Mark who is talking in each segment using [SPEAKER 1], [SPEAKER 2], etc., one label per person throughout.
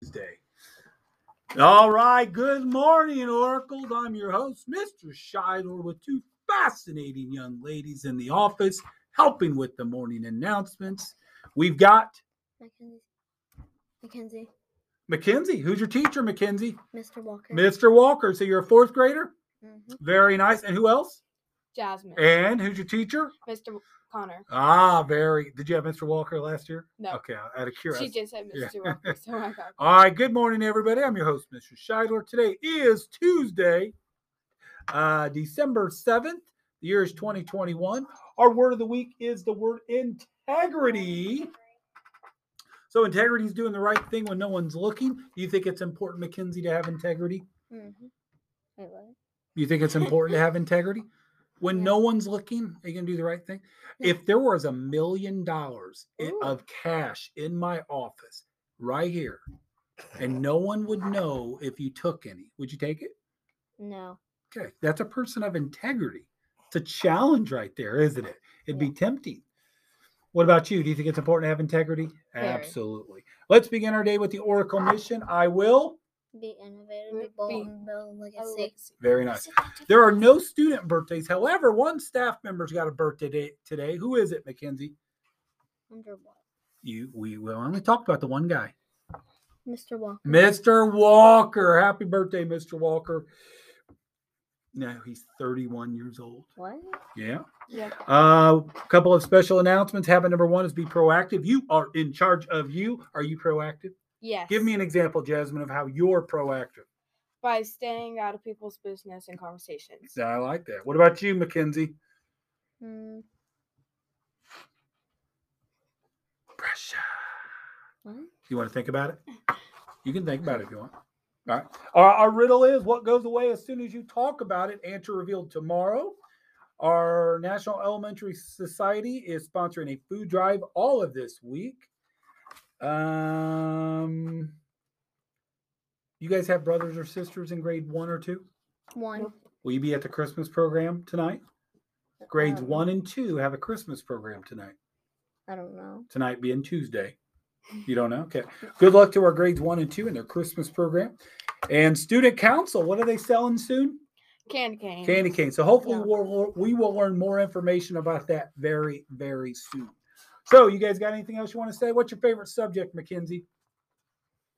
[SPEAKER 1] Wednesday. All right, good morning, Oracles. I'm your host, Mr. Shidor, with two fascinating young ladies in the office helping with the morning announcements. We've got
[SPEAKER 2] Mackenzie. Mackenzie.
[SPEAKER 1] Mackenzie. Who's your teacher, Mackenzie?
[SPEAKER 2] Mr. Walker.
[SPEAKER 1] Mr. Walker. So you're a fourth grader?
[SPEAKER 2] Mhm.
[SPEAKER 1] Very nice. And who else?
[SPEAKER 3] Jasmine.
[SPEAKER 1] And who's your teacher?
[SPEAKER 3] Mr. Connor.
[SPEAKER 1] Ah, very. Did you have Mr. Walker last year?
[SPEAKER 3] No.
[SPEAKER 1] Okay, out of
[SPEAKER 3] She
[SPEAKER 1] curiosity.
[SPEAKER 3] just said
[SPEAKER 1] Yeah.
[SPEAKER 3] Mr. Walker, so I got
[SPEAKER 1] All right, good morning, everybody. I'm your host, Mr. Scheidler. Today is Tuesday, uh, December 7th. The year is 2021. Our word of the week is the word integrity. So, integrity is doing the right thing when no one's looking. Do you think it's important, Mackenzie, to have integrity?
[SPEAKER 2] Mm-hmm. Wait,
[SPEAKER 3] Oh,
[SPEAKER 2] what?
[SPEAKER 1] Do you think it's important to have integrity? When
[SPEAKER 2] Yeah.
[SPEAKER 1] no one's looking, are you going to do the right thing?
[SPEAKER 2] Yeah.
[SPEAKER 1] If there was a million dollars i-
[SPEAKER 2] Ooh.
[SPEAKER 1] of cash in my office right here, and no one would know if you took any, would you take it?
[SPEAKER 2] No.
[SPEAKER 1] Okay. That's a person of integrity. It's a challenge right there, isn't it? It'd
[SPEAKER 2] Yeah.
[SPEAKER 1] be tempting. What about you? Do you think it's important to have integrity?
[SPEAKER 2] Very.
[SPEAKER 1] Absolutely. Let's begin our day with the Oracle mission. I will.
[SPEAKER 2] Be innovative,
[SPEAKER 3] Mm,
[SPEAKER 2] be bold,
[SPEAKER 3] be-
[SPEAKER 2] and build like a
[SPEAKER 3] it.
[SPEAKER 2] six.
[SPEAKER 1] Very nice. There are no student birthdays. However, one staff member's got a birthday day today. Who is it, Mackenzie?
[SPEAKER 2] Wonder what?
[SPEAKER 1] You we we only talked about the one guy.
[SPEAKER 2] Mr. Walker.
[SPEAKER 1] Mr. Walker. Happy birthday, Mr. Walker. Now he's 31 years old.
[SPEAKER 2] What?
[SPEAKER 1] Yeah.
[SPEAKER 3] Yeah.
[SPEAKER 1] Uh, a couple of special announcements. Habit number one is be proactive. You are in charge of you. Are you proactive?
[SPEAKER 3] Yes.
[SPEAKER 1] Give me an example, Jasmine, of how you're proactive.
[SPEAKER 3] by staying out of people's business and conversations.
[SPEAKER 1] I like that. What about you, Mackenzie?
[SPEAKER 2] Mm,
[SPEAKER 1] Pressure.
[SPEAKER 2] what?
[SPEAKER 1] You want to think about it? You can think about it if you want. All right. Our, our riddle is what goes away as soon as you talk about it? Answer revealed tomorrow. Our National Elementary Society is sponsoring a food drive all of this week. Um, you guys have brothers or sisters in grade one or two?
[SPEAKER 2] One.
[SPEAKER 3] Nope.
[SPEAKER 1] Will you be at the Christmas program tonight? Grades
[SPEAKER 2] Um,
[SPEAKER 1] one and two have a Christmas program tonight
[SPEAKER 2] I don't know.
[SPEAKER 1] tonight being Tuesday. You don't know? Okay. Good luck to our grades one and two in their Christmas program. And student council, what are they selling soon?
[SPEAKER 3] Candy cane.
[SPEAKER 1] Candy cane. So hopefully
[SPEAKER 2] Yeah.
[SPEAKER 1] we'll, we'll- we will learn more information about that very, very soon. So you guys got anything else you want to say? What's your favorite subject, Mackenzie?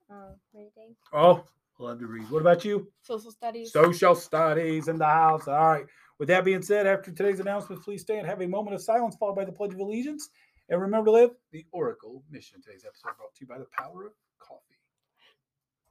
[SPEAKER 2] Um, reading.
[SPEAKER 1] Oh, love to read. What about you?
[SPEAKER 3] Social studies.
[SPEAKER 1] Social studies in the house. All right. With that being said, after today's announcements, please stand, have a moment of silence followed by the Pledge of Allegiance, and remember to live the Oracle mission. Today's episode brought to you by the power of coffee.